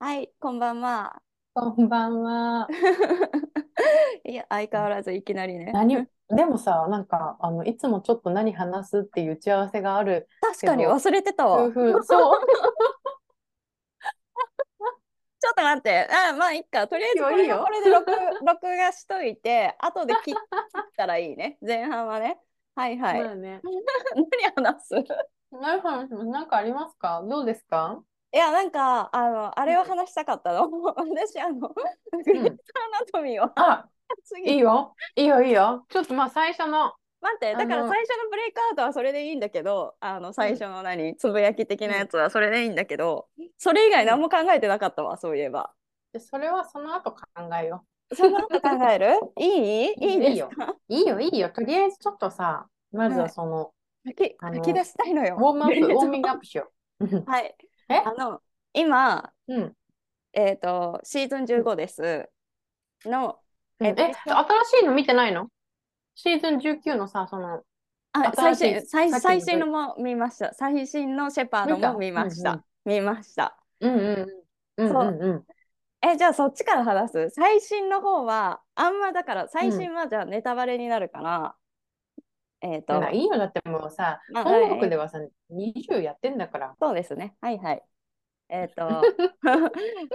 はい、こんばんは。こんばんは。いや、相変わらずいきなりね。何、でもさ、なんか、あの、いつもちょっと何話すっていう打ち合わせがある確かに忘れてたわ。夫ちょ婦、そう、っと待って。あ、まあ、いっか。とりあえずこいれいよこれで録 録画しといて、後で切切ったらいいね。前半はね。はいはい。まあね。何話す い何話しますなんかありますかどうですかや、なんか、あの、あれを話したかったの。 私、あの、グレートアナトミーをあ、次いいよ。いいよ、いいよ。ちょっとまあ最初の、待って、だからあの最初のブレイクアウトはそれでいいんだけど、あの最初の何、つぶやき的なやつはそれでいいんだけど、それ以外何も考えてなかったわ、そういえば。でそれはその後考えよそんなこと考えるいいいいいいですよかう。いいよ、いいよ。とりあえずちょっとさ、まずはその、書きあの書き出したいのよ。ウォームア ップ、ウォーミングアッップしよう。うんプ。はい。えあの、今、うん。えっ、と、シーズン15です。の、うんえっとえ、新しいの見てないのシーズン19のさ、その、あ最新し新い最、さっきの最新のも見ました。最新のシェパードも見見たました。うん見ました。うんうんうん。そううんうんうん。え、じゃあそっちから話す。最新の方は、あんまだから、最新はじゃあネタバレになるから、えっ、と、いいよ、だってもうさ、まあ本は国いではさ、20やってんだから。そうですね。はいはい。え っ、と、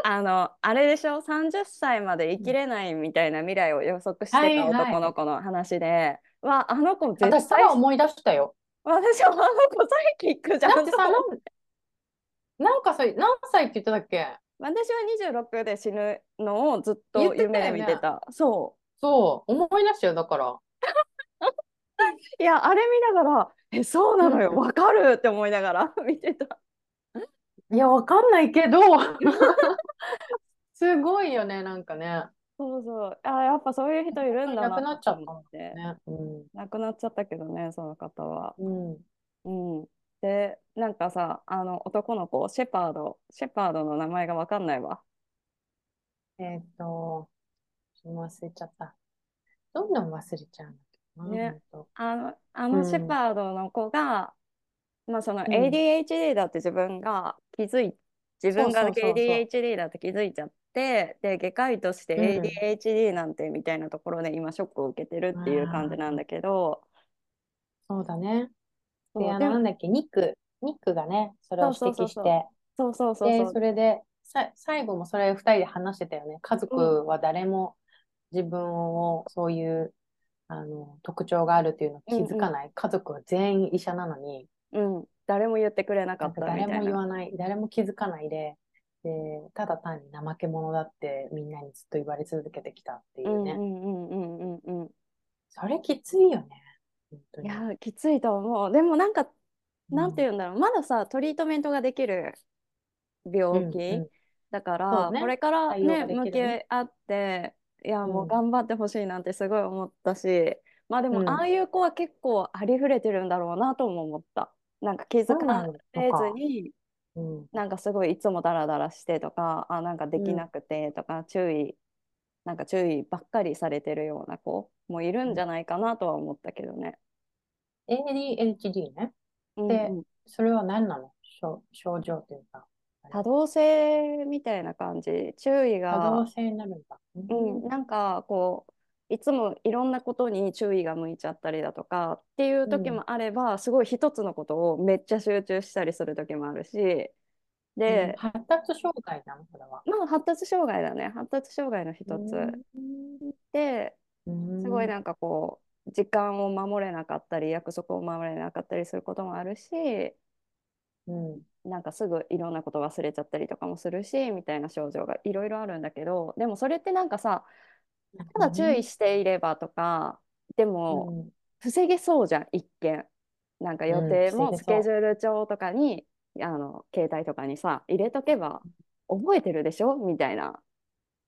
あの、あれでしょ、30歳まで生きれないみたいな未来を予測しはていたはい男の子の話で、わ、あの子絶対、私、私それは思い出したよ。はあの子サイキックじゃん。だってさ、そうなんなんかさ、何歳って言ってたっけ私は26で死ぬのをずっ言っとてたよね夢で見てた。そう。そう、思い出したよ、だから。いや、あれ見ながら、え、そうなのよ、うんわかるって思いながら 見てた。いや、わかんないけど。すごいよね、なんかね。そうそう、あ、やっぱそういう人いるんだな亡くなっちゃったんとだ思って。ね。うん。亡くなっちゃったけどね、その方は。うん。うん。で、なんかさ、あの男の子、シェパード、シェパードの名前がわかんないわ。えっと、ちょっと忘れちゃった。どんどん忘れちゃうんだけどなねほんとあの、あうのんシェパードの子が、まあそのん ADHD だって自分が気づい、自分がそうそうそうそう ADHD だって気づいちゃって、で、外科医としてう ADHD なんてみたいなところで今ショックを受けてるっていう感じなんだけど、そうだね。そうで、あでの、もなんだっけ、ニック、ニックがね、それをそう指そうそ摘うそしうて、そうそうそうで、そうそ、れで、さ、最後もそれ二人で話してたよね。家族は誰も自分をそういう、あの、特徴があるっていうの気づかない。家族は全員医者なのに、うん、誰も言ってくれなかなんっかたみ誰たいも言な。わない、誰も気づかないで、で、ただ単に怠け者だってみんなにずっと言われ続けてきたっていううんうね。んうんうんうんうん。それきついよね。本当いに。やー、きついと思う。でもなんか、うんなんて言うんだろう、まださ、トリートメントができる病気、うんうんだかそら、うねこれから対応ね、がで向ききるね合って、いや、もううん頑張ってほしいなんてすごい思ったし、まあでも、うんああいう子は結構ありふれてるんだろうなとも思った。なんか気づそうなかのれかずに、うん。なんかすごいいつもダラダラしてとか、あ、なんかできなくてとか、注意、なんか注意ばっかりされてるような子もいるんじゃないかなとは思ったけどね。 ADHD ね。うんでうんそれは何なの症症状というか、多動性みたいな感じ、注意多動が、性になるんだ。ううん、なんかこう、いつもいろんなことに注意が向いちゃったりだとかっていう時もあれば、すごい一つのことをめっちゃ集中したりする時もあるし、で、発達障害なの、これは。まあ発達障害だね、発達障害の一つ。で、すごいなんかこう時間を守れなかったり約束を守れなかったりすることもあるしうん。なんかすぐいろんなこと忘れちゃったりとかもするしみたいな症状がいろいろあるんだけどでもそれってなんかさただ注意していればとかでうもん防げそうじゃん一見なんか予うん定防もげスそうケジュール帳とかにあの携帯とかにさ入れとけば覚えてるでしょみたいな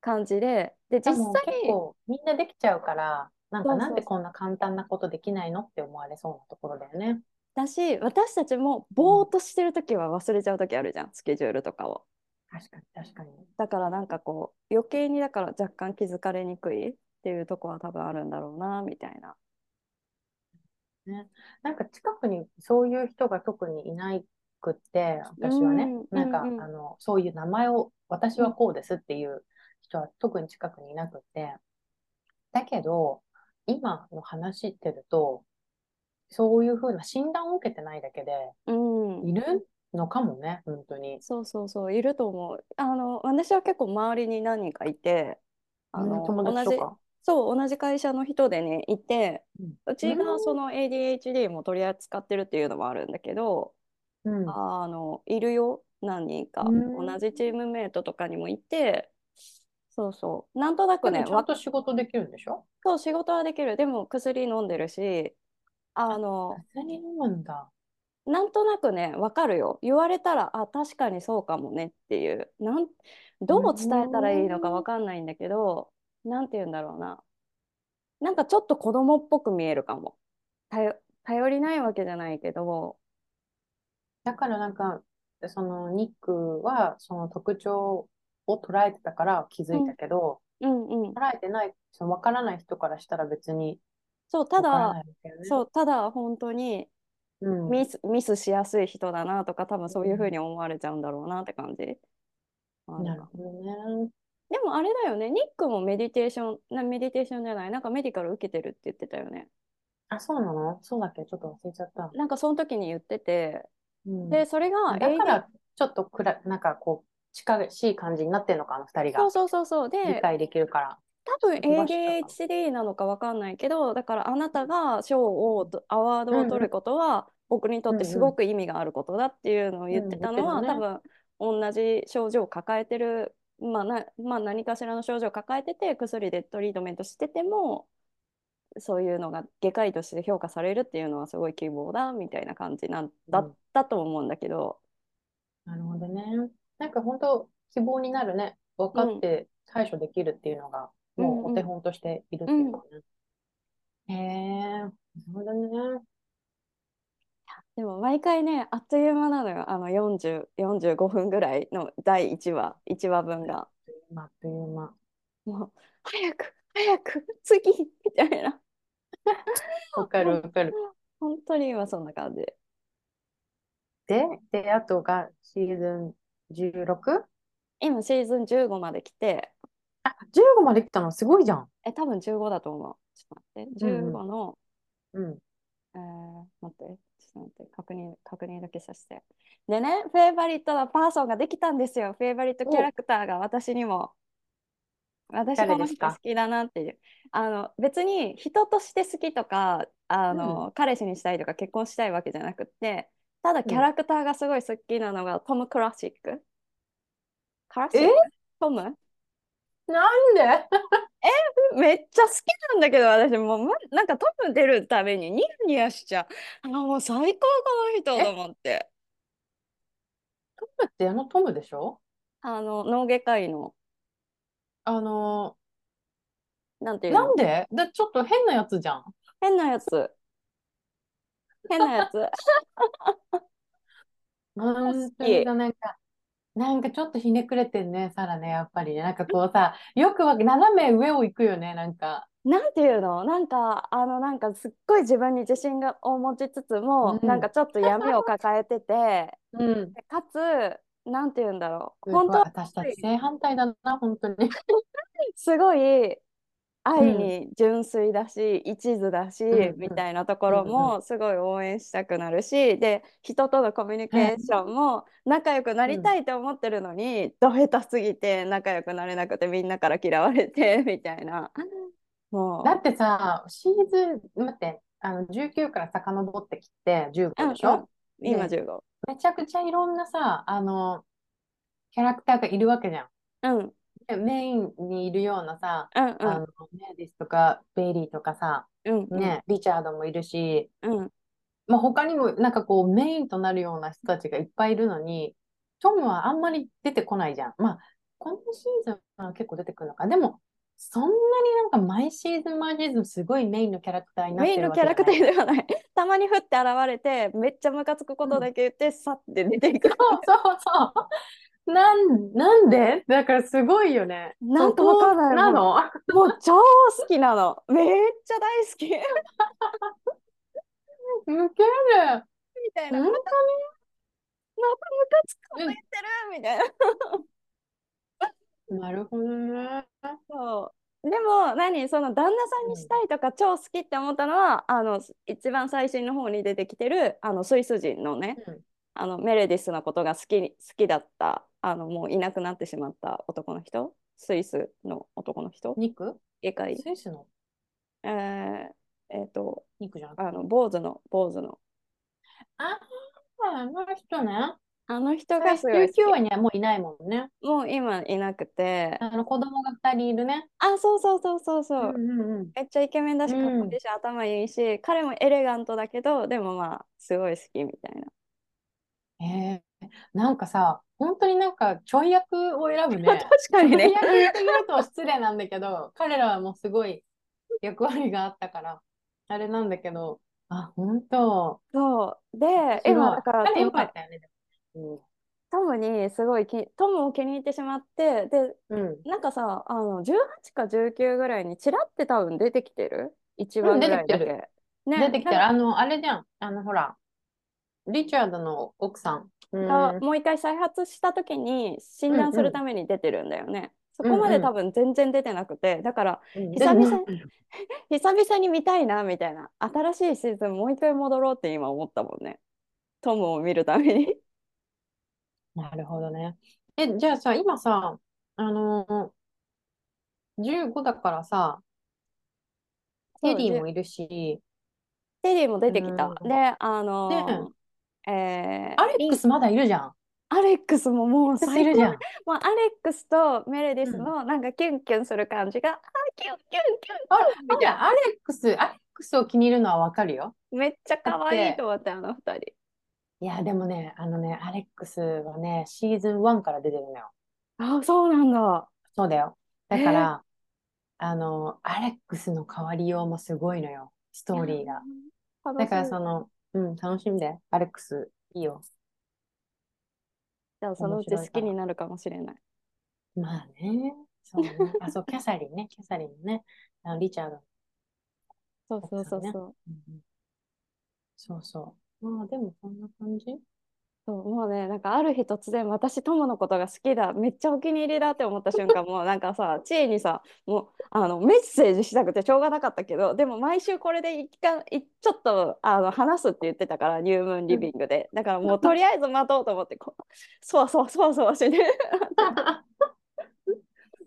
感じででで実際も結構みんなできちゃうから、なんそうかそうなんでこんな簡単なことできないのって思われそうなところだよね。だし私たちもぼーっとしてる時は忘れちゃう時あるじゃんスケジュールとかを確かに確かに。だからなんかこう余計にだから若干気づかれにくいっていうとこは多分あるんだろうなみたいななんか近くにそういう人が特にいないくって、私はね、うんなんか、うんうんあの、そういう名前を、私はこうですっていう人は特に近くにいなくて、だけど、今の話ってると、そういうふうな診断を受けてないだけで、うんいるのかもね、本当に。そうそうそう、いると思う。あの、私は結構周りに何人かいて、あうんの、友達同とじ、か。そう、同じ会社の人でね、いて、うんうちうがんその ADHD も取り扱ってるっていうのもあるんだけど、うん。あの、いるよ、何人か。うん同じチームメイトとかにもいて、そうそう。なんとなくでね、もちゃわんと仕事できるんでしょそう、仕事はできる。でも薬飲んでるし、あの、何飲むんだ。なんとなくね、わかるよ。言われたら、あ、確かにそうかもねっていう。なん、どう伝えたらいいのかわかんないんだけど、なんて言うんだろうな。なんかちょっと子供っぽく見えるかも。頼、頼りないわけじゃないけど、だからなんか、そのニックはその特徴を捉えてたから気づいたけど、うんうん。捉えてない、その分からない人からしたら別にそう、た分からだ、ないだよね。そう、ただ本当にうん。ミス、ミスしやすい人だなとか、多分そういうふううんに思われちゃうんだろうなって感じ。あのなるほどね。でもあれだよね、ニックもメディテーション、な、メディテーションじゃない、なんかメディカル受けてるって言ってたよね。あ、そうなのそうだっけちょっと忘れちゃった。なんかその時に言ってて、うんで、それがだから、ちょっとくら、なんかこう、近しい感じになってんのか、あの二 AD 人そうが。そうそうそう、理で、解できるから。多分飛ばしたか ADHD なのかわかんないけど、だからあなたが賞を、アワードを取ることは、僕にとってすごく意味があることだっていうのを言ってたのは、うんうん言ってた多分同じ症状を抱えてる、まあな、まあ何かしらの症状を抱えてて、薬でトリートメントしてても、そういうのが外科医として評価されるっていうのはすごい希望だみたいな感じなんだうんったと思うんだけど、なるほどね。なんか本当、希望になるね。分かって対処できるっていうのが、もうお手本としているっていうかね。へえ、なるほどね。でも毎回ね、あっという間なのよ、あの40、45分ぐらいの第1話、1話分が。まああっという間。もう、早く、早く、次みたいな。わかるわかる。本当に今そんな感じ。で、で、あとがシーズン 16? 今シーズン15まで来て、あ、15まで来たのすごいじゃん。え、多分15だと思う。ちょっと待って、うんうん15の、うん。えー待って、ちょっと待って、確認、確認だけさせて。でね、フェイバリットのパーソンができたんですよ。フェイバリットキャラクターが私にも。私誰このです人か好きだなっていう。あの、別に人として好きとか、あの、彼氏にしたいとか結婚したいわけじゃなくって、ただキャラクターがすごい好きなのがトム・クラシック。クラシックえトムなんでめっちゃ好きなんだけど私もうまなんかトム出るたびにニヤニヤしちゃうあもう最高この人と思ってトムってあのトムでしょあの脳外科医のあのなんてーいうなんのでだ、ちょっと変なやつじゃん。変なやつ変なやつ 本当になんか、なんかちょっとひねくれてんね、サラね、やっぱりね。なんかこうさ、よくわけ、斜め上を行くよね、なんか。なんていうのなんかあのなんかすっごい自分に自信がを持ちつつも、うんなんかちょっと闇を抱えててうん。でかつなんていうんだろうすごい本当は私たち正反対だな、本当に。すごい愛に純粋だし、一途だし、うんうんみたいなところもすごい応援したくなるし、で人とのコミュニケーションも仲良くなりたいと思ってるのに、ど下手すぎて仲良くなれなくてみんなから嫌われて みたいなもだってさ、シーズン、待って、あの、19から遡ってきて、う、 15でしうんうんょ今ね15、めちゃくちゃいろんなさ、あの、キャラクターがいるわけじゃん。うん、うんでメインにいるようなさ、うんあの、メアディスとか、ベイリーとかさ、うんうんね、リチャードもいるし、うんまあ、他にもなんかこうメインとなるような人たちがいっぱいいるのに、トムはあんまり出てこないじゃん。まあ、このシーズンは結構出てくるのか。でも、そんなになんか毎シーズン毎シーズンすごいメインのキャラクターになっメイてンるのキわけャじゃラクターではない。ないたまにふって現れてめっちゃムカつくことだけ言って、さって出ていくそうそうそう。なん、なんでだからすごいよね。なんかわかんないなのもう超好きなの。めっちゃ大好きみ受ける。たいな。本ムカつくこと言ってるみたいな。なるほどね。そう。でも何その旦那さんにしたいとか超好きって思ったのは、あの一番最新の方に出てきてるあのスイス人のねうんあのメレディスのことが好きに好きだったあのもういなくなってしまった男の人スイスの男の人肉外科医スイスのえーえーと肉じゃなくて。あの坊主の坊主のああ、あの人ね。あの人がすごい好き19話にはもういないもんね。もう今いなくてあの子供が2人いるね。あそうそうそうそうそう、んうんうん。めっちゃイケメンだし、うかんっこいいし、頭いいし、彼もエレガントだけど、でもまあ、すごい好きみたいな。えー、なんかさ、本当になんかちょい役を選ぶね。 確かちょにいね。役言って言うと失礼なんだけど、彼らはもうすごい役割があったから、あれなんだけど、あ、本当。そう。で、面白い今、だから、彼トよかムったよね。でもトムにすごいき、トムを気に入ってしまって、で、うん。なんかさ、あの、18か19ぐらいに、ちらって多分出てきてる一う番んぐらいだ出てけ。きてね、出てきたなら、んかあの、あれじゃん。あの、ほら、リチャードの奥さん。うん。がもう一回再発した時に診断するために出てるんだよね。そこまうんでうん多分全然出てなくて、だから、うん久々に久々に見たいなみたいな新しいシーズンもう一回戻ろうって今思ったもんねトムを見るためになるほどね。え、じゃあさ、今さ、あのー、15だからさ、そうテリーでもいるし、テリーも出てきた、うんであのーえーアレックスまだいるじゃん。アレックスももうい最る高 じゃん。もうアレックスとメレディスのなんかキュンキュンする感じが、あキュンキュンキュンあキュンみじたいゃなあ、アレックス、アレックスを気に入るのはわかるよ。めっちゃ可だ愛っいてと思ったよあの二人いや、でもね、あのね、アレックスはね、シーズン1から出てるのよ。あそうなんだそうだよ。だえから、あの、アレックスの変わりようもすごいのよ、ストーリーが。楽しみだから、その、うん、楽しんで、アレックス、いいよ。じゃあそのうち面白好いかきらになるかもしれないまあね、そうね。あ、そう、キャサリンね、キャサリンね。あのリチャード。そうそうそうそうそだう、うんうんそうそう。まあ、でもこんな感じ。そう、もうね、なんかある日突然、私、友のことが好きだ、めっちゃお気に入りだって思った瞬間、もうなんかさ、知恵にさ、もうあのメッセージしたくてしょうがなかったけど、でも毎週これで一かいちょっとあの話すって言ってたから、入門リビングで。だからもうとりあえず待とうと思って、こう、そわそわそわそわして、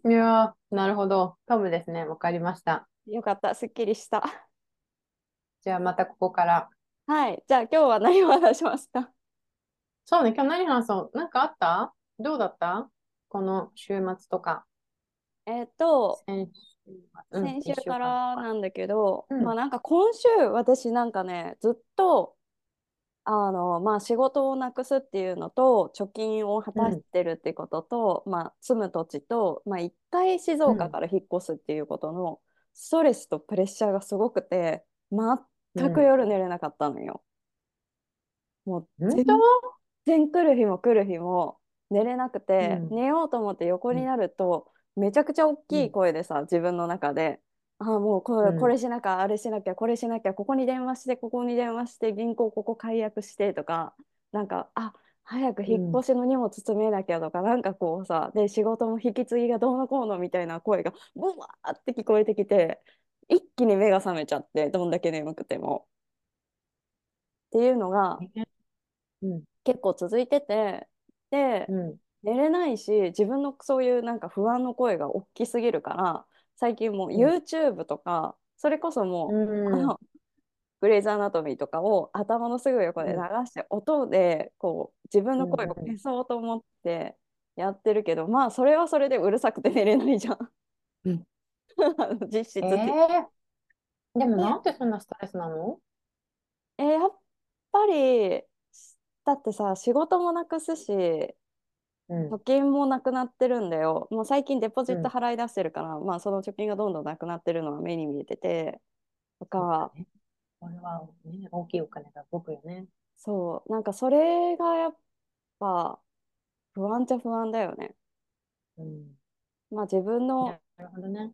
いやー、なるほど。トムですね。わかりました。 よかった、すっきりした。じゃあまたここから。はい、じゃあ今日は何を話しますかそうね、今日何話そうなんかあったどうだったこの週末とか。えっと、先週末。うん先週一週か間らなんだけど、うんまあなんか今週私なんかねずっとあのまあ仕事をなくすっていうのと貯金を果たしてるってことと、まあ住む土地と、まあ、一回静岡から引っ越すっていうことのストレスとプレッシャーがすごくて全く夜寝れなかったのよ。もううん全然来る日も来る日も寝れなくて、うん寝ようと思って横になると、めちゃくちゃ大きい声でさ、自分の中で「あーもうこれ,、うんこれしなきゃあれしなきゃこれしなきゃここに電話してここに電話して銀行ここ解約して」とかなんか「あ早く引っ越しの荷物詰めなきゃ」とか、なんかこうさで仕事も引き継ぎがどうのこうのみたいな声がブワーって聞こえてきて一気に目が覚めちゃってどんだけ眠くても。っていうのがうん。結構続いててで、うん。寝れないし自分のそういうなんか不安の声が大きすぎるから最近もううん YouTube とか、それこそもう、あうん。のグレイズ・アナトミーとかを頭のすぐ横で流して、音でこう自分の声を消そうと思ってやってるけど、まあそれはそれでうるさくて寝れないじゃん。うん 実質的えー、でもなんでそんなストレスなのえーやっぱりだってさ仕事もなくすしうん。貯金もなくなってるんだよ。もう最近デポジッうんト払い出してるから、まあその貯金がどんどんなくなってるのは目に見えてて、とか、ねこれは、ね、大きいお金が動くよね。そう、なんかそれがやっぱ不安っちゃ不安だよね。うん。まあ自分のなるほどね。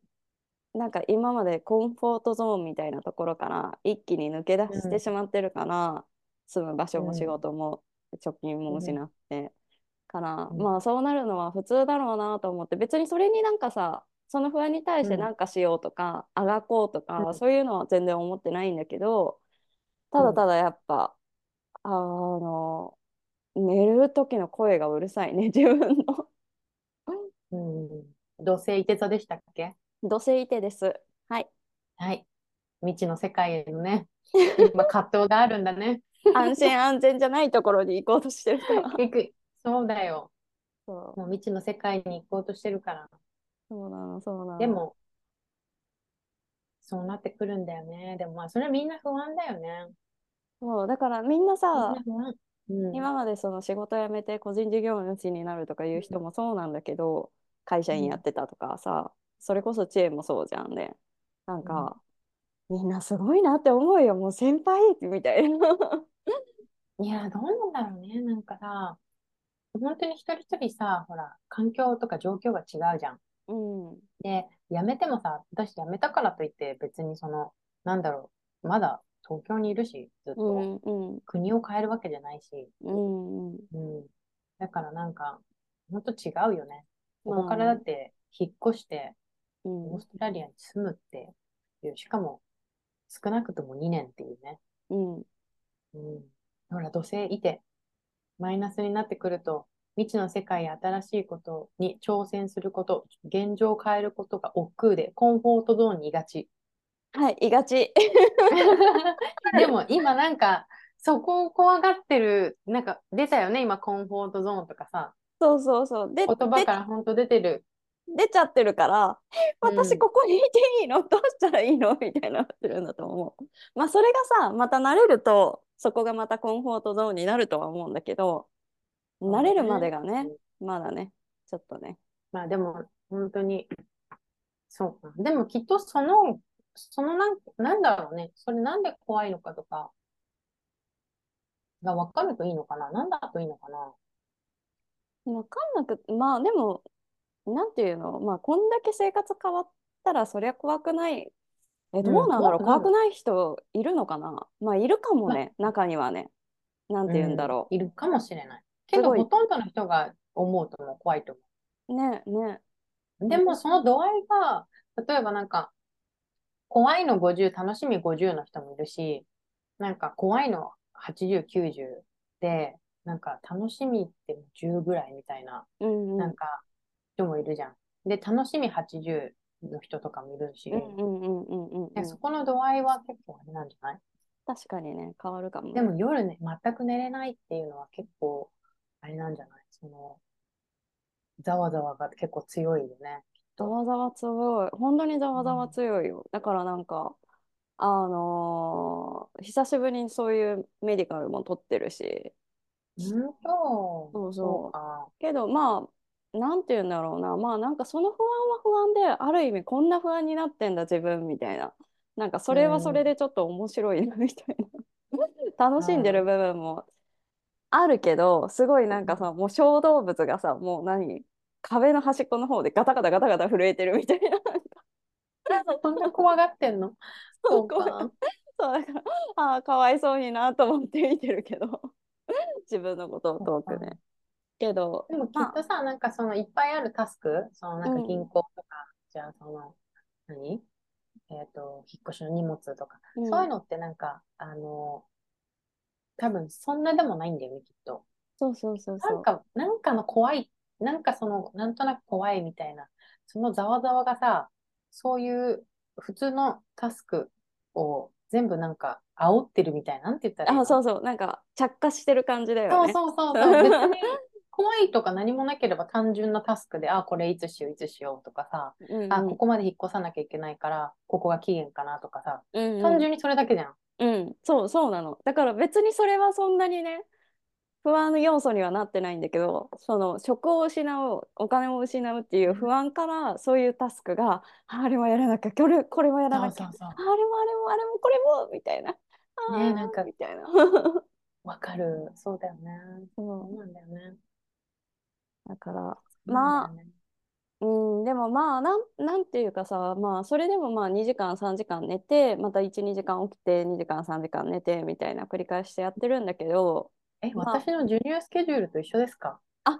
なんか今までコンフォートゾーンみたいなところから一気に抜け出してしまってるから、住む場所も仕事も貯金もうん失って。から、うんまあそうなるのは普通だろうなと思って、別にそれになんかさ、その不安に対してうんなんかしようとか、あがこうとか、うんそういうのは全然思ってないんだけど、たうだんただやっぱ、あの、寝る時の声がうるさいね、自分の。 うん。土星いて座でしたっけ土星いて です。はい。はい。未知の世界へ のね、今葛藤があるんだね。安心安全じゃないところに行こうとしてるから。行く。そうだよ。そう、もう未知の世界に行こうとしてるから。そうなの、そうなの。でも、そうなってくるんだよね。でもまあ、それはみんな不安だよね。そう、だからみんなみんさな、不安。うん。今までその仕事辞めて個人事業主になるとかいう人もそうなんだけど、会社員やってたとかさ、それこそ知恵もそうじゃんね。なんか、みんなすごいなって思うよ、もう先輩みたいな。いや、どうなんだろうね。なんかさ、本当に一人一人さ、ほら、環境とか状況が違うじゃん。 うん、で、辞めてもさ、私辞めたからといって、別にその、なんだろう、まだ東京にいるし、ずっうと。ん、うん、国を変えるわけじゃないし、うん、うん。うん。だからなんか、ほんと違うよね。こまあねこからだって、引っ越して、うんオーストラリアに住むっていう、しかも、少なくとも2年っていうね。うん、うん。ほら、土星いて、マイナスになってくると、未知の世界や新しいことに挑戦すること、現状を変えることが億劫で、コンフォートゾーンにいがち。はい、いがち。 でも今なんか、そこを怖がってる、なんか出たよね、今コンフォートゾーンとかさ、そうそうそう。で、言葉から本当出てる。で出ちゃってるから、えうん私ここにいていいの どうしたらいいのみたいになってるんだと思う。まあそれがさ、また慣れると、そこがまたコンフォートゾーンになるとは思うんだけど、慣れるまでがね、まだね、ちょっとね。まあでも、本当に、そうか。でもきっとその、そのなん、なんだろうね。それなんで怖いのかとか、が分かるといいのかな。なんだといいのかな。わかんなく、まあでも、なんていうの、まあこんだけ生活変わったらそりゃ怖くない。え、どうなんだろう、怖怖くなるくない人いるのかなまあいるかもね、中にはね。なんて言うんだろう。いるかもしれない。けすど、ごいほとんどの人が思うとも怖いと思ねね。う。でも、その度合いが、例えばなんか、怖いの50、楽しみ50の人もいるし、なんか怖いの80、90で、なんか楽しみって10ぐらいみたいな、うんうん。なんか人もいるじゃん。で、楽しみ80の人とかもいるし、うんうんうんうんうんうでん。そこの度合いは結構あれなんじゃない確かにね、変わるかもね。でも夜ね、全く寝れないっていうのは結構、あれなんじゃないその、ざわざわが結構強いよね。ざわざわ強い。本当にざわざわ強いよ。だからなんか、あのー久しぶりにそういうメディカルも取ってるし、うんと、そうそうか。けどまあ、なんて言うんだろうな、まあなんかその不安は不安で、ある意味こんな不安になってんだ自分みたいな。なんかそれはそれでちょっと面白いな みたいな。楽しんでる部分もあるけど、すごいなんかさ、もう小動物がさ、もう何壁の端っこの方でガタガタガタガタ震えてるみたいな。 そんな怖がってんのそう怖いか。そうだから、ああ、かわいそうになと思って見てるけど、 自分のことを遠くね。けど、でもきっとさ、なんかそのいっぱいあるタスク、そのなんか銀行とか、じゃあその、何えっ、と、引っ越しの荷物とか、うんそういうのってなんか、あの、多分そんなでもないんだよね、きっと。そうそうそうなそんう。か、なんかの怖い、なんかその、なんとなく怖いみたいな、そのざわざわがさ、そういう普通のタスクを全部なんか煽ってるみたいな、なんて言ったらいいのあ、そうそう、なんか着火してる感じだよそうね。そうそう そう。別に怖いとか何もなければ単純なタスクで、あ、これいつしよう、いつしようとかさ、うんうんあ、ここまで引っ越さなきゃいけないから、ここが期限かなとかさ、うんうん単純にそれだけじゃん。うん、そうそうなの。だから別にそれはそんなにね、不安の要素にはなってないんだけど、その職を失う、お金を失うっていう不安から、そういうタスクが、ああれもやらなきゃ、これ、これもやらそなうきそゃ、うそあれもあれもあれもこれも、みたいな。あねーなんかみたいな。 う。わかる。そうだよね。そそうなんだよね。うだから、なんだよねうん、でもまあなん、なんていうかさ、まあ、それでもまあ2時間、3時間寝て、また1、2時間起きて、2時間、3時間寝てみたいな繰り返してやってるんだけど、 え、まあ私の授乳スケジュールと一緒ですかあ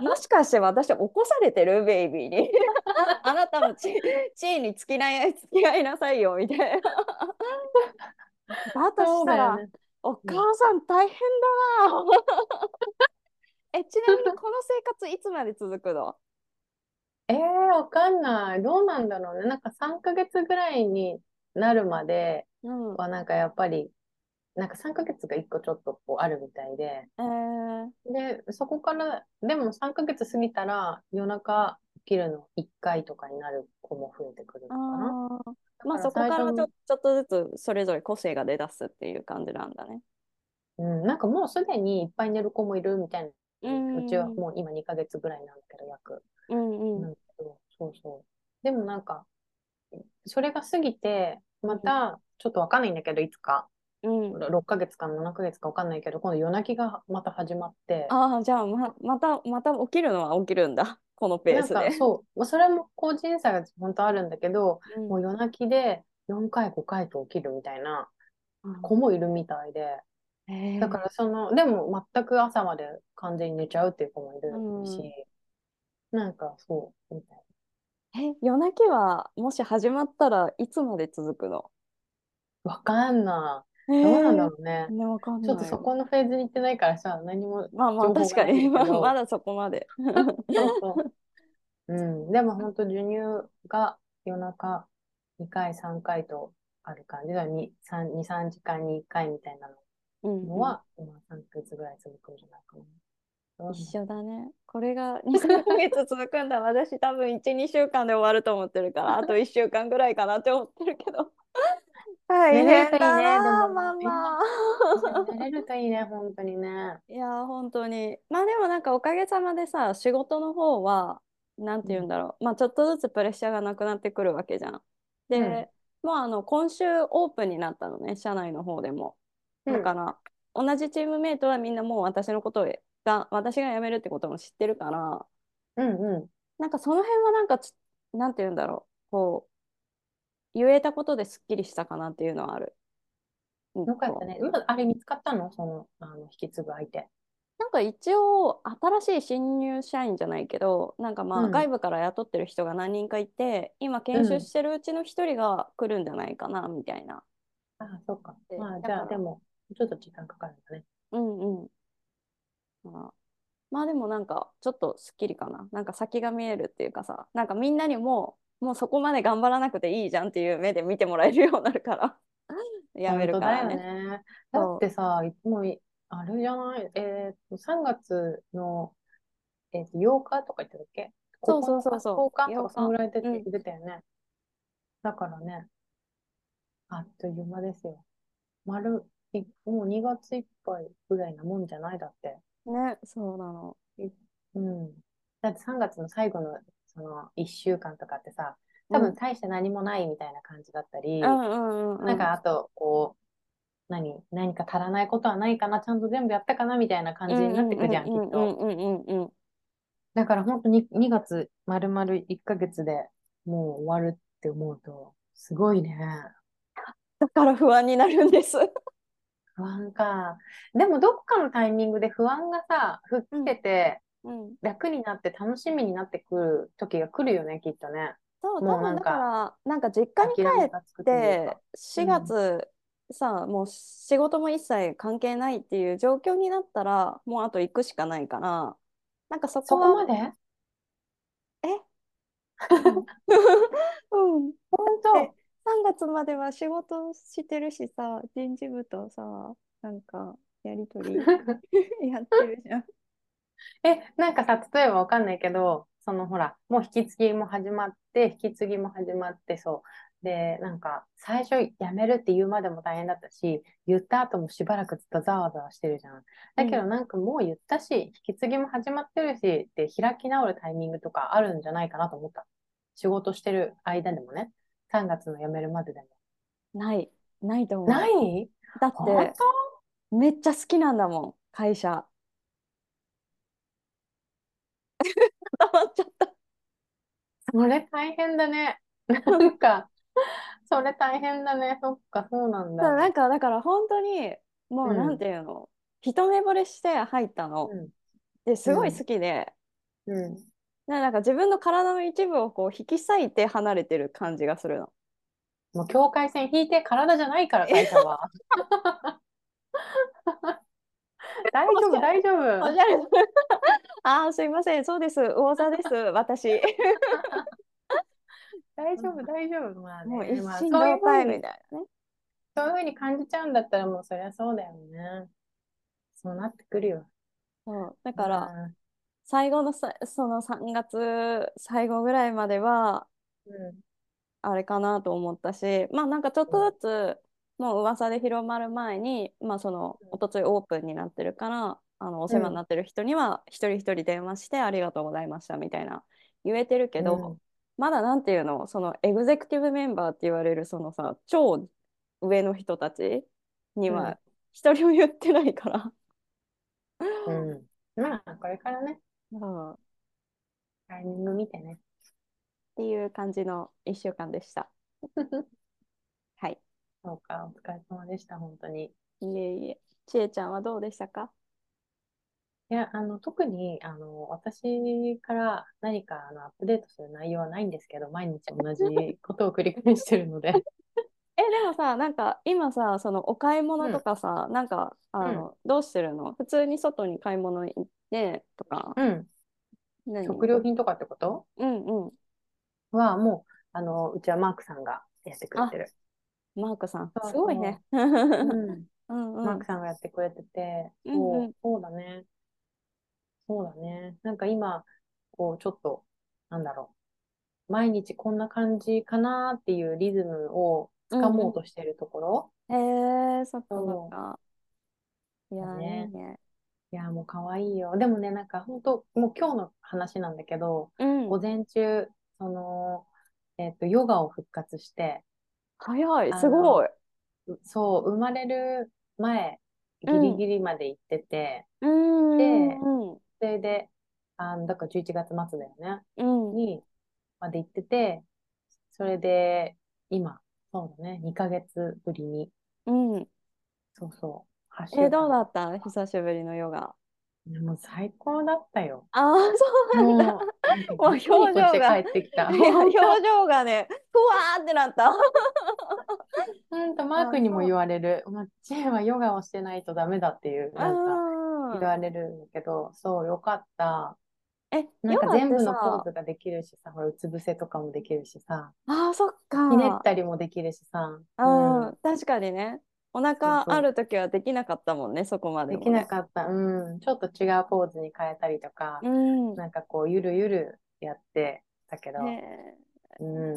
もしかして私起こされてるベイビーに ああなたの地 地位に付きな付き合いなさいよみたいなだとしそうただら、よね。お母さん大変だな えちなみにこの生活いつまで続くのえー、わかんない。どうなんだろうね。なんか3ヶ月ぐらいになるまでうんは、なんかやっぱり、なんか3ヶ月が1個ちょっとこうあるみたいで、えー、で、そこから、でも3ヶ月過ぎたら夜中起きるの1回とかになる子も増えてくるのあかな。ーだまあからそこ最から初ちょ、ちょっとずつそれぞれ個性が出だすっていう感じなんだね。うん、なんかもうすでにいっぱい寝る子もいるみたいな。うんうちはもう今2ヶ月ぐらいなんだけど、約。うんうんなんだけど、そうそう。でもなんか、それが過ぎて、また、ちょっとわかんないんだけど、いつか、うん、 6ヶ月か7ヶ月かわかんないけど、今度夜泣きがまた始まって、ああじゃあま、またまた起きるのは起きるんだ このペーなんスかで。そう、まあそれも個人差が本当あるんだけど、うんもう夜泣きで4回5回と起きるみたいな子もいるみたいで、へーだからその、でも全く朝まで完全に寝ちゃうっていう子もいるし、なんかそう、みたいな。え夜泣きはもし始まったらいつまで続くのわかんなどい。どうなんだろうね。ね、わかんちなょい。っとそこのフェーズに行ってないからさ、何も、まあまあ情報が確かないにんだまけどまだそこまで。そうそう。うん、でも本当授乳が夜中2回、3回とある感じだ。2、3、2、3時間に1回みたいなうんのは、今3ヶ月ぐらい続くんじゃないかな。どうなんだろう一緒だね。これが2、3ヶ月続くん だ。私多分1、2週間で終わると思ってるから、あと1週間ぐらいかなって思ってるけ ど。大変ねなんかいいねだな、でもママ。 慣れるといいね、本当にね。いやー本当にまあでもなんかおかげさまでさ仕事の方はなんて言うんだろう、まあちょっとずつプレッシャーがなくなってくるわけじゃん。で、うんもうあの今週オープンになったのね社内の方でも。だから、同じチームメイトはみんなもう私のことが私が辞めるってことも知ってるからうんうなんかその辺はなんかちなんて言うんだろうこう言えたことですっきりしたかなっていうのはある。うんん。よかったね。今、あれ見つかったのその、あの、引き継ぐ相手。なんか一応新しい新入社員じゃないけどなんかまうあん外部から雇ってる人が何人かいて、今研修してるうちの一人が来るんじゃないかなみたいな。ああ、そうか。でまだあ、じゃからあ、でも、ちょっと時間かかるんだね。うんうん。まあ、まあでもなんかちょっとすっきりかな。なんか先が見えるっていうかさなんかみんなにももうそこまで頑張らなくていいじゃんっていう目で見てもらえるようになるから やめるから本当ね。だよね。だそうってさ、いつもい、あれじゃない、えっと、3月の、えーと、8日とか言ってたっけそうそうそうそう9日10日と8か、日そのぐらい出てうん出たよね。だからね、あっという間ですよ。丸い、もう2月いっぱいぐらいなもんじゃないだって。ねそうなの。うん。だって3月の最後の、その1週間とかってさ、多分大して何もないみたいな感じだったり、うんうんうんうん。なんかあと、こう、何、何か足らないことはないかな、ちゃんと全部やったかな、みたいな感じになってくじゃん、きっうんと。うんうんうんうんうん。だから本当に2月、丸々1ヶ月でもう終わるって思うと、すごいね。だから不安になるんです。不安か。でもどこかのタイミングで不安がさ、吹っ切れて、うん、楽になって楽しみになってくる時が来るよね、きっとね。そう、も多うな分んだかから、なんか実家に帰っがつくというてか。、 4月、さ、もう仕事も一切関係ないっていう状況になったら、もうあと行くしかないから、なんかそこそこは、まで本 うん、当え3月までは仕事してるしさ、人事部とさ、なんかやりと りやってるじゃん。え、なんかさ、例えばわかんないけど、そのほら、もう引き継ぎも始まって、引き継ぎも始まって、そう。で、なんか、最初辞めるって言うまでも大変だったし、言った後もしばらくずっとざわざわしてるじゃん。だけうどなんかもう言ったし、引き継ぎも始まってるし、で、開き直るタイミングとかあるんじゃないかなと思った。仕事してる間でもね、3月の辞めるまででも。ない、ないと思う。ないだっ本て、めっちゃ好きなんだもん、会 社。黙っちゃった。当それ大変だね。なんか、それ大変だね。そっか、そうなんだ。そうなんかだから本当にもううんなんていうの、一目惚れして入ったの。うんですごい好きで、うん。ななんか自分の体の一部をこう引き裂いて離れてる感じがするの。もう境界線引いて体じゃないから、会社は。 大丈夫、大丈お夫。しゃれ。 ああ、すいません。そうです。魚座 です。私。大丈夫、大丈夫。まあね、もう一ま あ、心そういう同ふう体みに、たいなね。そういうふうに感じちゃうんだったら、もうそりゃそうだよね。そうなってくるよ。そう。だから、うん最後のさ、その3月最後ぐらいまでは、うんあれかなと思ったし、まあなんかちょっとずつ、もう噂で広まる前に、まあその、うんおとついオープンになってるから、あの、お世話になってる人には、一人一人電話して、ありがとうございましたみたいな、言えてるけど、まだなんていうの、そのエグゼクティブメンバーって言われる、そのさ、超上の人たちにうんは、一人も言ってない から。うんうんまあ、これからね、うんっタイミング見て ね。ていう感じの1週間でした。はい。そうか、お疲れ様でした、本当に。いえいえ。ちえちゃんはどうでしたかいや、あの、特に、あの、私から何か、あの、アップデートする内容はないんですけど、毎日同じことを繰り返してる ので。え、でもさ、なんか今さ、そのお買い物とかさ、なんか、あの、どうしてるの普通に外に買い物行ってとか、うん。何 食料品とかってことうんうん。は、もう、あの、うちはマークさんがやってくれてる。マークさん、そうすごいね。ううんん。 うんマークさんがやってくれてて、うんうそんう、そうだね。そうだね。なんか今、こう、ちょっと、なんだろう。毎日こんな感じかなっていうリズムをつかもうとしてるところ。えー、そっかそそっうか。いやだー、ねいいね。いや、もう可愛いよ。でもね、なんか本当、もう今日の話なんだけど、うん午前中、その、えっと、ヨガを復活して、早い、あのすごい。うそう、生まれる前、ギリギリまで行ってて、うーん。それで、あの、だから11月末だよね、うん。に、まで行ってて、それで、今、そうだね、2ヶ月ぶりに、うん。そうそう、8え、週どう間だった久しぶりのヨガ。いやもう最高だったよ。ああ、そうなんだ。もう、なんかもうニコニコして表情が帰ってきた。いや、本 表当情がね、ふわーってなった。うんと、マークにも言われる。まあ、チェーンはヨガをしてないとダメだっていう、なんかう言ん。われるんだけど、そう、よかった。え、なんヨかガっ全て部のポーさ、ズができるしさ、ほら、うつ伏せとかもできるしさ、ああ、そっひねっか。たりもできるしさ、ううん、確かにね。お腹あるときはできなかったもんね、そこまん、ででもきなね。かった。うん、ちょっと違うポーズに変えたりとか、うん。なんかこう、ゆるゆるやってたけど、ねう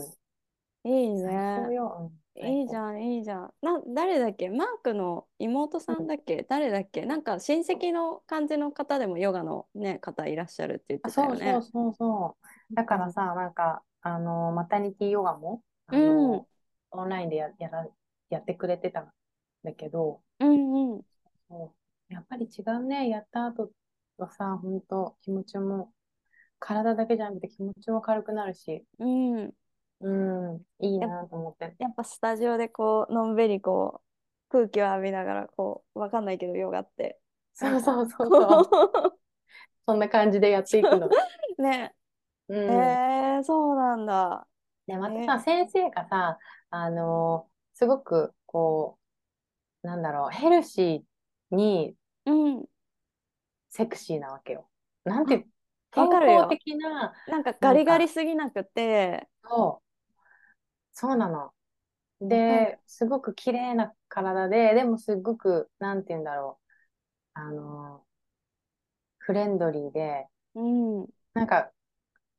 ん、え、いい最ね高。よ。うん、いいじん。ゃん、いいじゃん。な、誰だっけマークの妹さんだっけ誰だっけなんか親戚の感じの方でもヨガのね、方いらっしゃるって言っあ、てたそようそねう。そうそう。だからさ、なんか、あの、マタニティヨガも、あうんの、オンラインでや、やら、やってくれてたんだけど、うんうん。そうやっぱり違うね。やった後はさ、ほんと気持ちも、体だけじゃなくて気持ちも軽くなるし、うん。うん、いいやっなと思 って。やっぱスタジオでこう、のんびりこう、空気を浴びながらこう、わかんないけどヨガって。そうそうそ うそう。こそんな感じでやっていくの。う ね。うえん。ー、そうなんだ。で、まねたさ、先生がさ、あの、すごく、こう、なんだろう、ヘルシーに、うん。セクシーなわけよ。なんて、わ健かるよ康的な、なんかガリガリすぎなくて、そう、そうなの。なんかで、すごく綺麗な体で、でもすごく、なんて言うんだろう、あの、フレンドリーで、うん。なんか、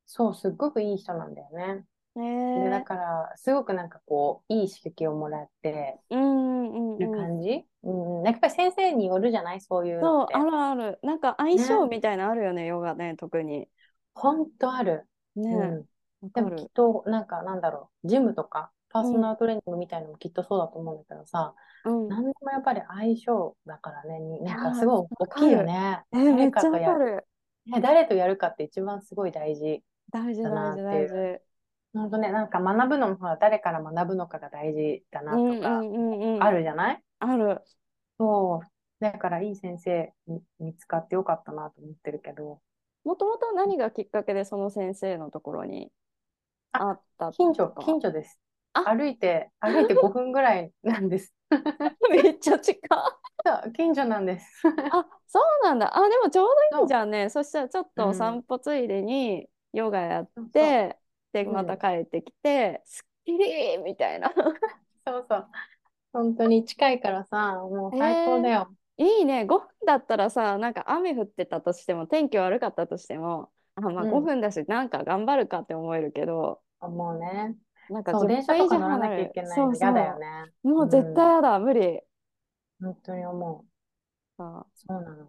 そう、すっごくいい人なんだよね。で、だねえ。から、すごくなんかこう、いい刺激をもらって、うんうんなうん。感じうん、やっぱり先生によるじゃないそういうそのっう、て。あるある。なんか相性ね。みたいなのあるよね、ヨガね、特に。ほんとある。ねうえ、ん。わでかもきっる。と、なんか、なんだろう、ジムとか、パーうソん、ナルトレーニングみたいなのもきっとそうだと思うんだけどさ、うん。なんでもやっぱり相性だからね、にいなやんかー、すごいわ大かきいよる。ね。えーめっち誰かゃとわかや、る。ね、誰とやるかって一番すごい大事大事、だ大な事、って大いう。事。本当ね、なんか学ぶのもほら、誰から学ぶのかが大事だうなとんうか、んうんうあん。るじゃないある。そう。だからいい先生に見つかってよかったなと思ってるけど、もともと何がきっかけでその先生のところにあった近と所、か近所です。あ歩いて、歩いて5分ぐらいなんです。 めっちゃ近っそう近所なんです。あ、そうなんだ。あ、でもちょうどいいんじゃんね。そしたらちょっとお散歩ついでにヨガやっそうそうて、で、うんまた帰ってきて、すっきりみたいな。そうそう。本当に近いからさ、もう最高だえよ。いいね。5分だったらさ、なんか雨降ってたとしても、天気悪かったとしても、あ、まあうん。 5分だし、なんか頑張るかって思えるけど、もうね。なんかそう、 10電車分と以か上乗らな離きゃいれ、けないそうの嫌だよそね。う。もう絶う対ん。やだ、無理。本当に思う。あ、そうなの。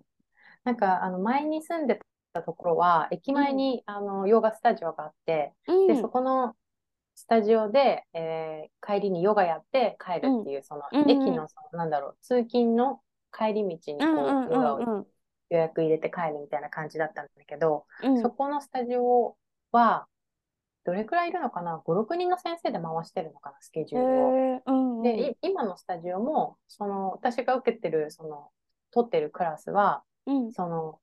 なんか、あの、前に住んでたところは、駅う前ん、に、あの、ヨガスタジオがあって、うで、ん、うそん、このスタジオで、えー帰りにヨガやって帰うるん、っうていう、その、駅ん、の、その、なんだろう、通勤の帰り道うに、ん、こう、うヨガん、をうん、うん、予約入れて帰るみたいな感じだったんだけど、うそん。このスタジオは、どれくらいいるのかな ?5、6人の先生で回してるのかな、スケジへュールを。え、うん、うん、で、い今のスタジオも、その、私が受けてる、その、取ってるクラスは、うん。その、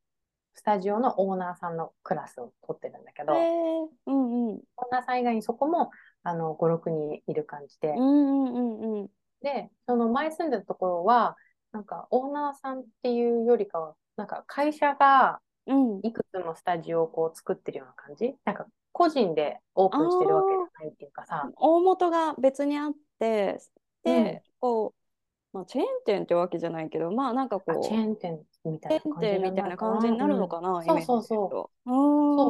スタジオのオーナーさんのクラスを取ってるんだけへど、え、うんうん。オーナーさん以外にそこも、あの、5、6人いる感じうで。んうんうんで、その前住んでたところは、なんか、オーナーさんっていうよりかは、なんか、会社が、うん。うん。いくつもスタジオをこう作ってるような感じなんか、個人でオーあプンしてるわけじあ、ゃないっていうかさ、大元が別にあって、うん。で、こう、まあ、チェーン店ってわけじゃないけど、まあなんかあ、チェーこン店みたう、いチェーン店な感じなみんたいだなか感じな。になるうのん。かな、イそうメーそうジで言うそう。と。そう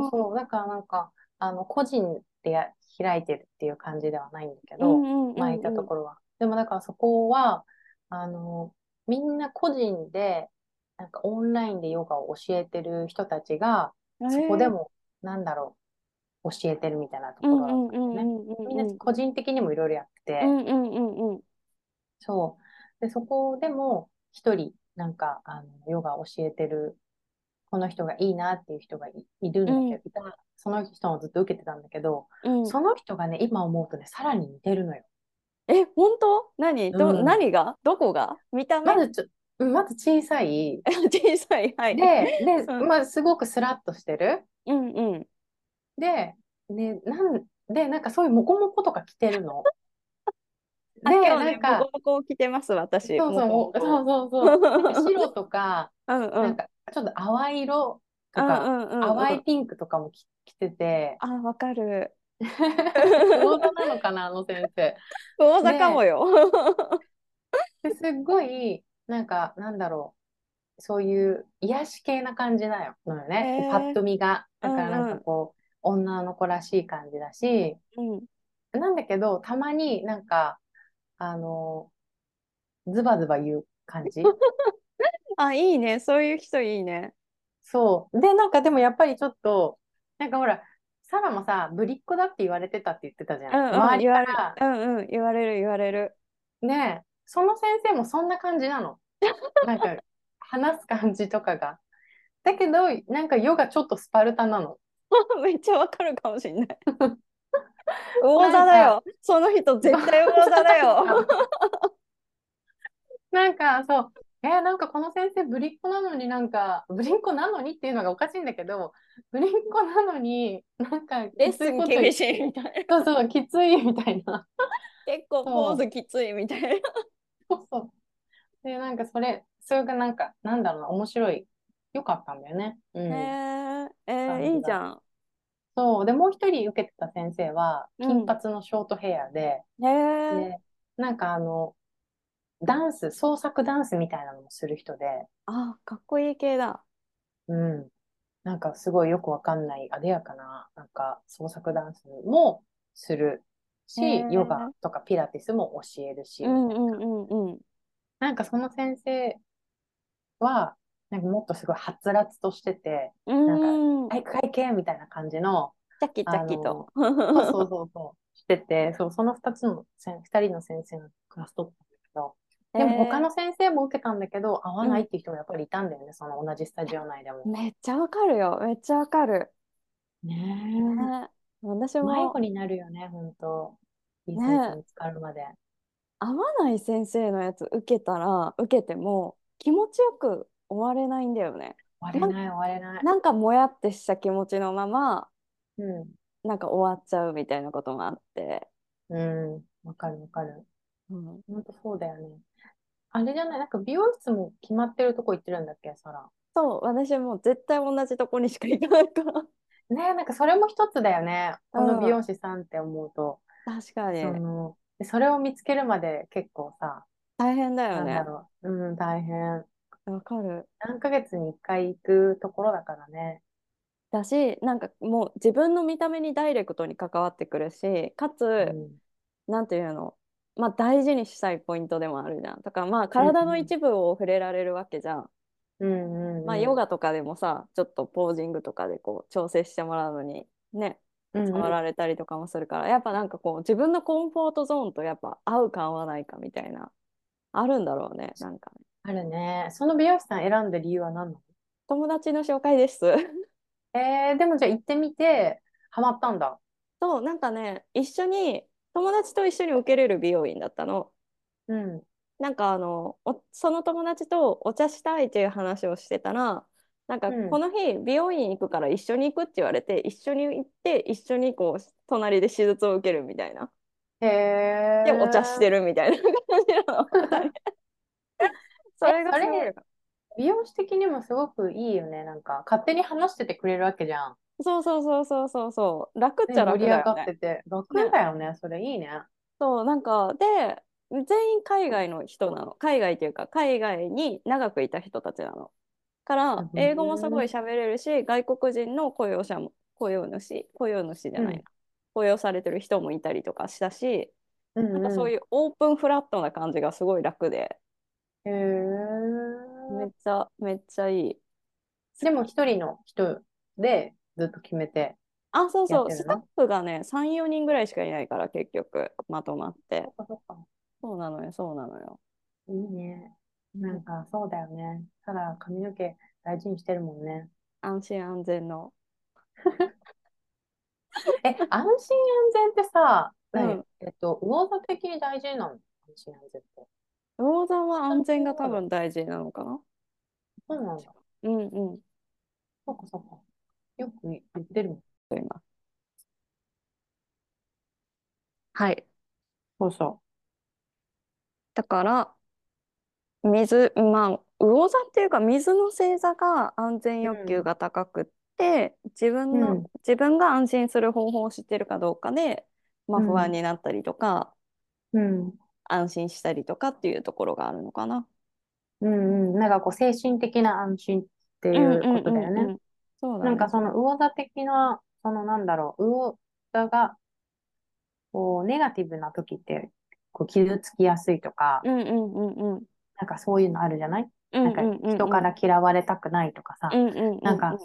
うーん。そう。だからなんか、あの、個人でや開いてるっていう感じではないんだけうど、んうんう前いたんうとん。ころは。でもだからそこは、あの、みんな個人で、なんかオンラインでヨガを教えてる人たちが、そこでええも、なんだろう、教えてるみたいなとうこんろうんだったうんだよね。んうんみんなうん個人的にもいろいろやってうて、んうんうんうん。そう。で、そこでも、一人、なんか、あの、ヨガを教えてる、この人がいいなっていう人がい、いるうんだけんど、いた、その人をずっと受けてたんだけど、うんその人がね、今思うとね、さらに似てるのよ。え、本当何うど、ん。何がどこが見た目まずちょ、うんまず小さい。 小さい、はい。で、 で、うんまあ、すごくスラッとしてる。うんうん。で、ね、なん、で、なんかそういうモコモコとか着てるの。あ、で、今日なね、もんこか、もこを着てます、私、そうもそう、こもおこそうを。そううそう。なんかん白とか、 うなんん。かちょっと淡い色うとか、んうんうんう淡いん。ピンクとかもき着てて、あ、わかる。魚座なのか な、あの先生。魚座かもで、よ。ですっごい、なんか、なんだろう、そういう癒し系な感じなよのよへね。で、パッえ。と見が。うだからなんんうかんこう、女の子らしい感じだし、うんなんだけど、たまになんか、あの、ズバズバ言う感 じ。あ、いいね。そういう人いいね。そう。で、なんかでもやっぱりちょっと、なんかほら、サラもさ、ぶりっ子だって言われてたって言ってたじゃ。うんんうん。周り言かわれ、ら、うんうん。言われる言われる。 ねえ、その先生もそんな感じなの。なんか、話す感じとかが。だけど、なんかヨガちょっとスパルタなの。めっちゃわかるかもしん ない。魚な座んだか、よ。その人そ絶対魚座だよ。う なんか、そう、えーなんかこの先生、ぶりっ子なのになんか、ぶりっ子なのにっていうのがおかしいんだけど、ぶりっ子なのに、なんか、レッきつスいンこと厳言しいみたいそな。うそう、きついみたいな。結構ポーそズきついみたいな。う、そうそう。で、なんかそれ、それがなんか、なんだろうな、面白い。よかったんだよね。うへん、え、え感ー、いじいじが。ゃん。そう。で、もう一人受けてた先生は、う金ん。髪のショートヘアで、へえ。で、なんかあの、ダンス、創作ダンスみたいなのもする人で、あ、かっこいい系だ。うん。なんかすごいよくわかんない艶やかな、なんか創作ダンスもすへるし、ヨガえ。とかピラティスも教えるうし、みんうたいな。んうんうん。なんかその先生は、なんかもっとすごいはつらつとしてて、うなんか、ーん。体育会系みたいな感じの、チャキチあャキと。の、そうそうそうそう、してて、そう、その2つの先、2人の先生のクラス取ったんだけど、へでも 他え。の先生も受けたんだけど、合わうないっん。ていう人もやっぱりいたんだよね、その同じスタジオ内でも。めっちゃわかるよ。めっちゃわかる。ねねえ。え。私迷子も、になるよね、ほんと。いいね先生え、見つかるまで。合わない先生のやつ受けたら、受けても、気持ちよく終われないんだよね。終われない、終われない。なんかもやってした気持ちのまま、うん。なんか終わっちゃうみたいなこともあって。うん。わかる、わかる。うん、ほんとそうだよね。あれじゃない、なんか美容室も決まってるとこ行ってるんだっけ、サラ。そう、私もう絶対同じとこにしか行かないから。ねえ、なんかそれも一つだよね。こうんの美容師さんって思うと。確かそに。の、それを見つけるまで結構さ、大変だよなんね。だろう。うん、大変。わかる。何ヶ月に一回行くところだからね。だし、なんかもう自分の見た目にダイレクトに関わってくるし、かうつ、ん。なんていうの、まあ大事にしたいポイントでもあるじゃん。とか、まあ体の一部を触れられるわけじゃん。うんうんまあヨガとかでもさ、ちょっとポージングとかでこう調整してもらうのに、ね、うん触られたりとかもするから、やっぱなんかこう自分のコンフォートゾーンとやっぱ合うか合わないかみたいな、あるんだろうね、なんかね。あるね。その美容師さん選んだ理由は何な友達の紹介です。 のえー、でもじゃあ行ってみて、ハマったんだ。そう、なんかね、一緒に、友達と一緒に受けれる美容院だったの。うん。なんかあの、おその友達とお茶したいっていう話をしてたら、なんかうんこの日美容院行くから一緒に行くって言われて一緒に行って一緒にこう隣で手術を受けるみたいなへでえ。お茶してるみたいな感じなの 二人それがすごいえ美容師的にもすごくいいよね。なんか、勝手に話しててくれるわけじゃん。そうそうそうそうそうそう楽っちねゃ楽盛りだ上がよっねてて。楽だよね。それいいね。そうなんかで全員海外の人なの海外というか海外に長くいた人たちなのからうん英語もすごい喋れるし外国人の雇用者も雇用主雇用主じゃないな、うん雇用されてる人もいたりとかしたしうんなんかそうういうオープンフラットな感じがすごい楽でん。へめえっ。ちゃめっちゃいいでも一人の人でずっと決めて。あそうそやっうてるスタッフがね34人ぐらいしかいないから結局まとまってそっかそっか。そうなのよそうなのよいいね。なんかそうだよね。ただ髪の毛大事にしてるもんね。安心安全の え、安心安全ってさ、うん何えっと、魚座的に大事なの安心安全って。魚座は安全が多分大事なのかなそうなんだ。うんうん。そうかそうか。よく言ってるもん。と今はい。そうそだから、水、まあ、魚座っていうか、水の星座が安全欲求が高くって、自分の、うん自分が安心する方法を知ってるかどうかで、まあ、うん不安になったりとか、う。うん。安心したりとかっていうところがあるのかな。うんうん。なんかこう、精神的な安心っていうことだようんうんうんうね。ん。そうだなんかね。その魚座的な、そのなんだろう、魚座が、こう、ネガティブな時って、こう、傷つきやすいとか、うんうんうんうん。なんかそういうのあるじゃないうんなうんかんうん人から嫌われたくないとかさう。んうんうんうん。なんか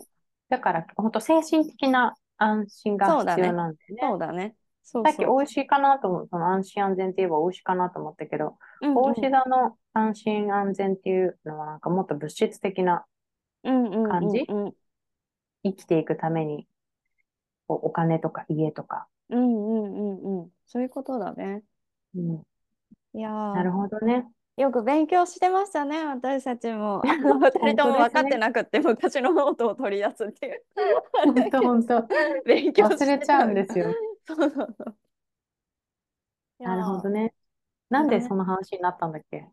だから、本当精神的な安心がそうだ必ね要なんだよね。そうだね。そうさっき、そう。お牛かなと思う、その安心安全って言えばお牛かなと思ったけど、うんうんお牛座の安心安全っていうのはなんかもっと物質的なうんうんうん感じうん生きていくために、こうお金とか家とか。うんうんうんうん。そういうことだね。うん、いやなるー、ほど ね。よく勉強してましたね、私たち も。あの二人とも本当ですね分かってなくって、昔のノートを取り出すっていう。本当本当。 勉強して忘れちゃうんですよ。た。そうそうそう。いやーなるほどね。なんでその話になったんだっけ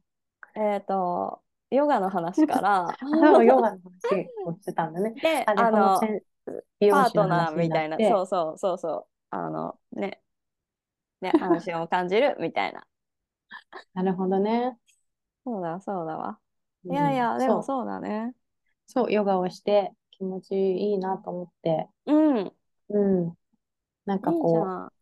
えっと、ヨガの話から、 あでもヨガの話をしてたんだね。 で、あ、で、あこのの、先美容パ師ートのナー話にみたいなっな、て。そうそうそうそう、あの、ね、ね、安心を感じるみたいな。 なるほどね。そうだ、そうだわ。いやいや、うんでもそそう、うだね。そう、ヨガをして気持ちいいなと思って。うん、いいうん。なんかじこう、ゃん。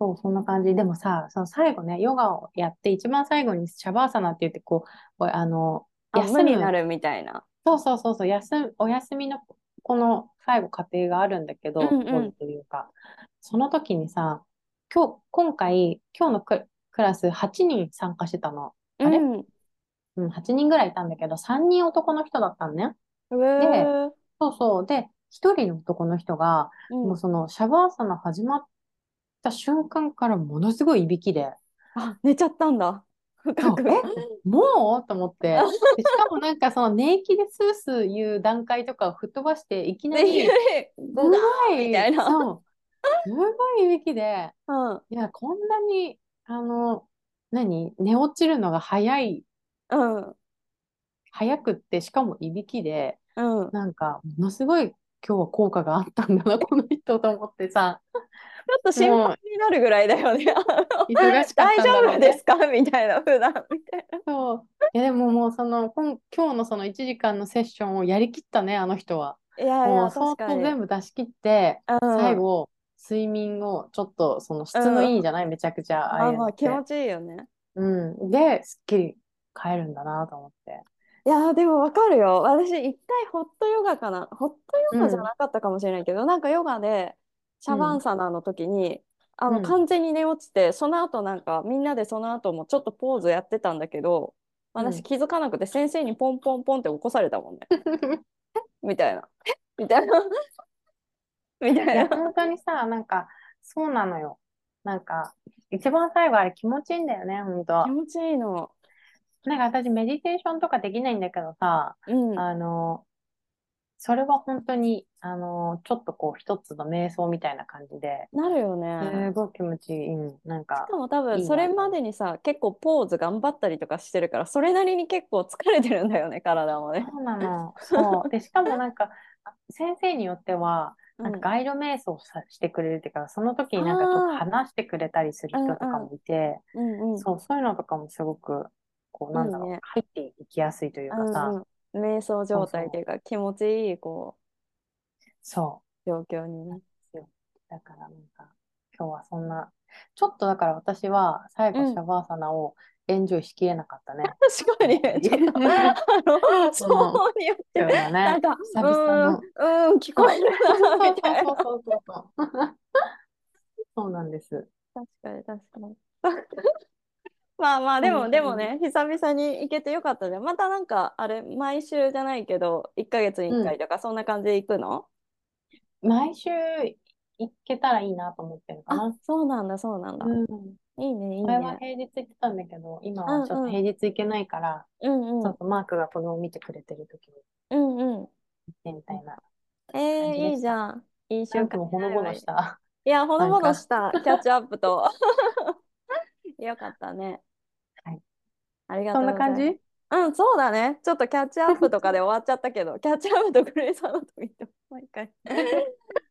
そう、そんな感じ。でもさ、その最後ね、ヨガをやって、一番最後にシャバーサナって言って、こう、あの、あ、休無にむなるみたいな。そうそうそうそう、休、お休みのこの最後過程があるんだけど、うんうんこうというか、その時にさ、今日、今回、今日のク、クラス8人参加してたの。あれうん。うん、8人ぐらいいたんだけど、3人男の人だったのね。うえーそうそう。で、1人の男の人が、うんもうそのシャバーサナ始まった瞬間からものすごいいびきで、あ、寝ちゃったんだ。深そう、く。え、もうと思って、で、しかもなんかその寝息でスースー言う段階とかを吹っ飛ばして、いきな で、ゆり、り、すゴごダーみたい、いな。そう、すごいいびきで、うん、いや、こんなに、あの、何、寝落ちるのが早い、 うん、早くって、しかもいびきで、うん。なんか、ものすごい今日は効果があったんだな、こ の人と思ってさ、ちょっと心配もう、になるぐらいだよね。あの忙しかっ大た丈んだろ夫うでね。すかみたいな、普段みたいな。そう。いやでももうその今、今日のその1時間のセッションをやりきったね、あの人は。いやいもや、う確相か当に。全部出し切って、うん、最うん。後、睡眠をちょっとその質のいいあ、じゃない、めちゃくちゃああいまうのあ、っ気持て。ちいいよね。うん。で、すっきり帰るんだなと思って。いやーでもわかるよ。私一回ホットヨガかな。ホットヨうガじゃん、なかったかもしれないけど、なんかヨガでシうャバンん、サナの時に、あうのん、完全に寝落ちて、その後なんかみんなでその後もちょっとポーズやってたんだけど、う私ん。気づかなくて先生にポンポンポンって起こされたもん ね。みたいな。みたいな。みたいいや、な。本当にさ、なんか、そうなのよ。なんか、一番最後あれ気持ちいいんだよね、本気当。持ちいいの。なんか私、メディテーションとかできないんだけどさ、うん。あの、それは本当に、あの、ちょっとこう、一つの瞑想みたいな感じで、なるよすね。ごい気持ちいい、うんなんしか、かも多分いいそなれとま思でにさ、結構ポーズ頑張ったりとかしてるから、それなりに結構疲れてるんだよね、体もう。ね。そうなの、そう。で、しかもなんか、あ先生によっては、うなんかん。ガイド瞑想をさしてくれるっていうか、その時になんかちょっとああ、話してくれたりするうん人とかもいて、うん。うんそう、そういうのとかもすごく、こう、うなん。いんいだろう、ね。入っていきやすいといううかんさ、うん。瞑想そ状う態といそうか気持ちいい、こ、う、そう状況にう、なんね。ですよ。だからなんか、今日はそんな、ちょっとだから私は最う後シん。ャバーサナをエンジョイしきれな かったね、 確か本に当ね、に。ちょっと、あの、 双も方によっう、て、そうだなね、んか、久々うーん、の。うーん、聞そこう、えるな、そみうそたういそうな。そうそうそう。 そうなんです。確かに、確かに。まあまあ、で本も、当でもに。ね、久々に行けてよかったね。またなんか、あれ、毎週じゃないけど、1ヶ月に1う回ん。とか、そんな感じで行くの毎週行けたらいいなと思ってるかあ、な。そうなんだ、そうなんだ。うん。いいね、いい前はね。平日行ってたんだけど、今うはんちょっとうん、平日行けないから、うんちうん、ょっとマークが子供を見てくれてる時にう行んうん。ってみたいなえ感ー、じでいいしじた。ゃん。いい習なん慣かもうにほなのれぼばのいい。しいた。や、ほのなんぼのかしたキャッチアップと。 よかったね。はい。ありがそんとうなご感ざいます。じうん、そうだね。ちょっとキャッチアップとかで終わっちゃったけど、キャッチアップとグレイさんのとみと、毎 回。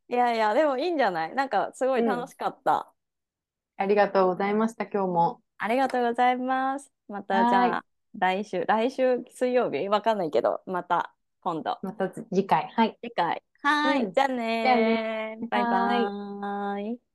いやいや、でもいいんじゃないなんか、すごうい楽ん。しかった。 ありがとうございました、今日も。ありがとうございます。また、じはーゃい。あ、来週、来週水曜日わかんないけど、また、今度。また次回。はい。次回。はうーい、ん。じゃあじゃあね。ねー。バイはーい。バーイ。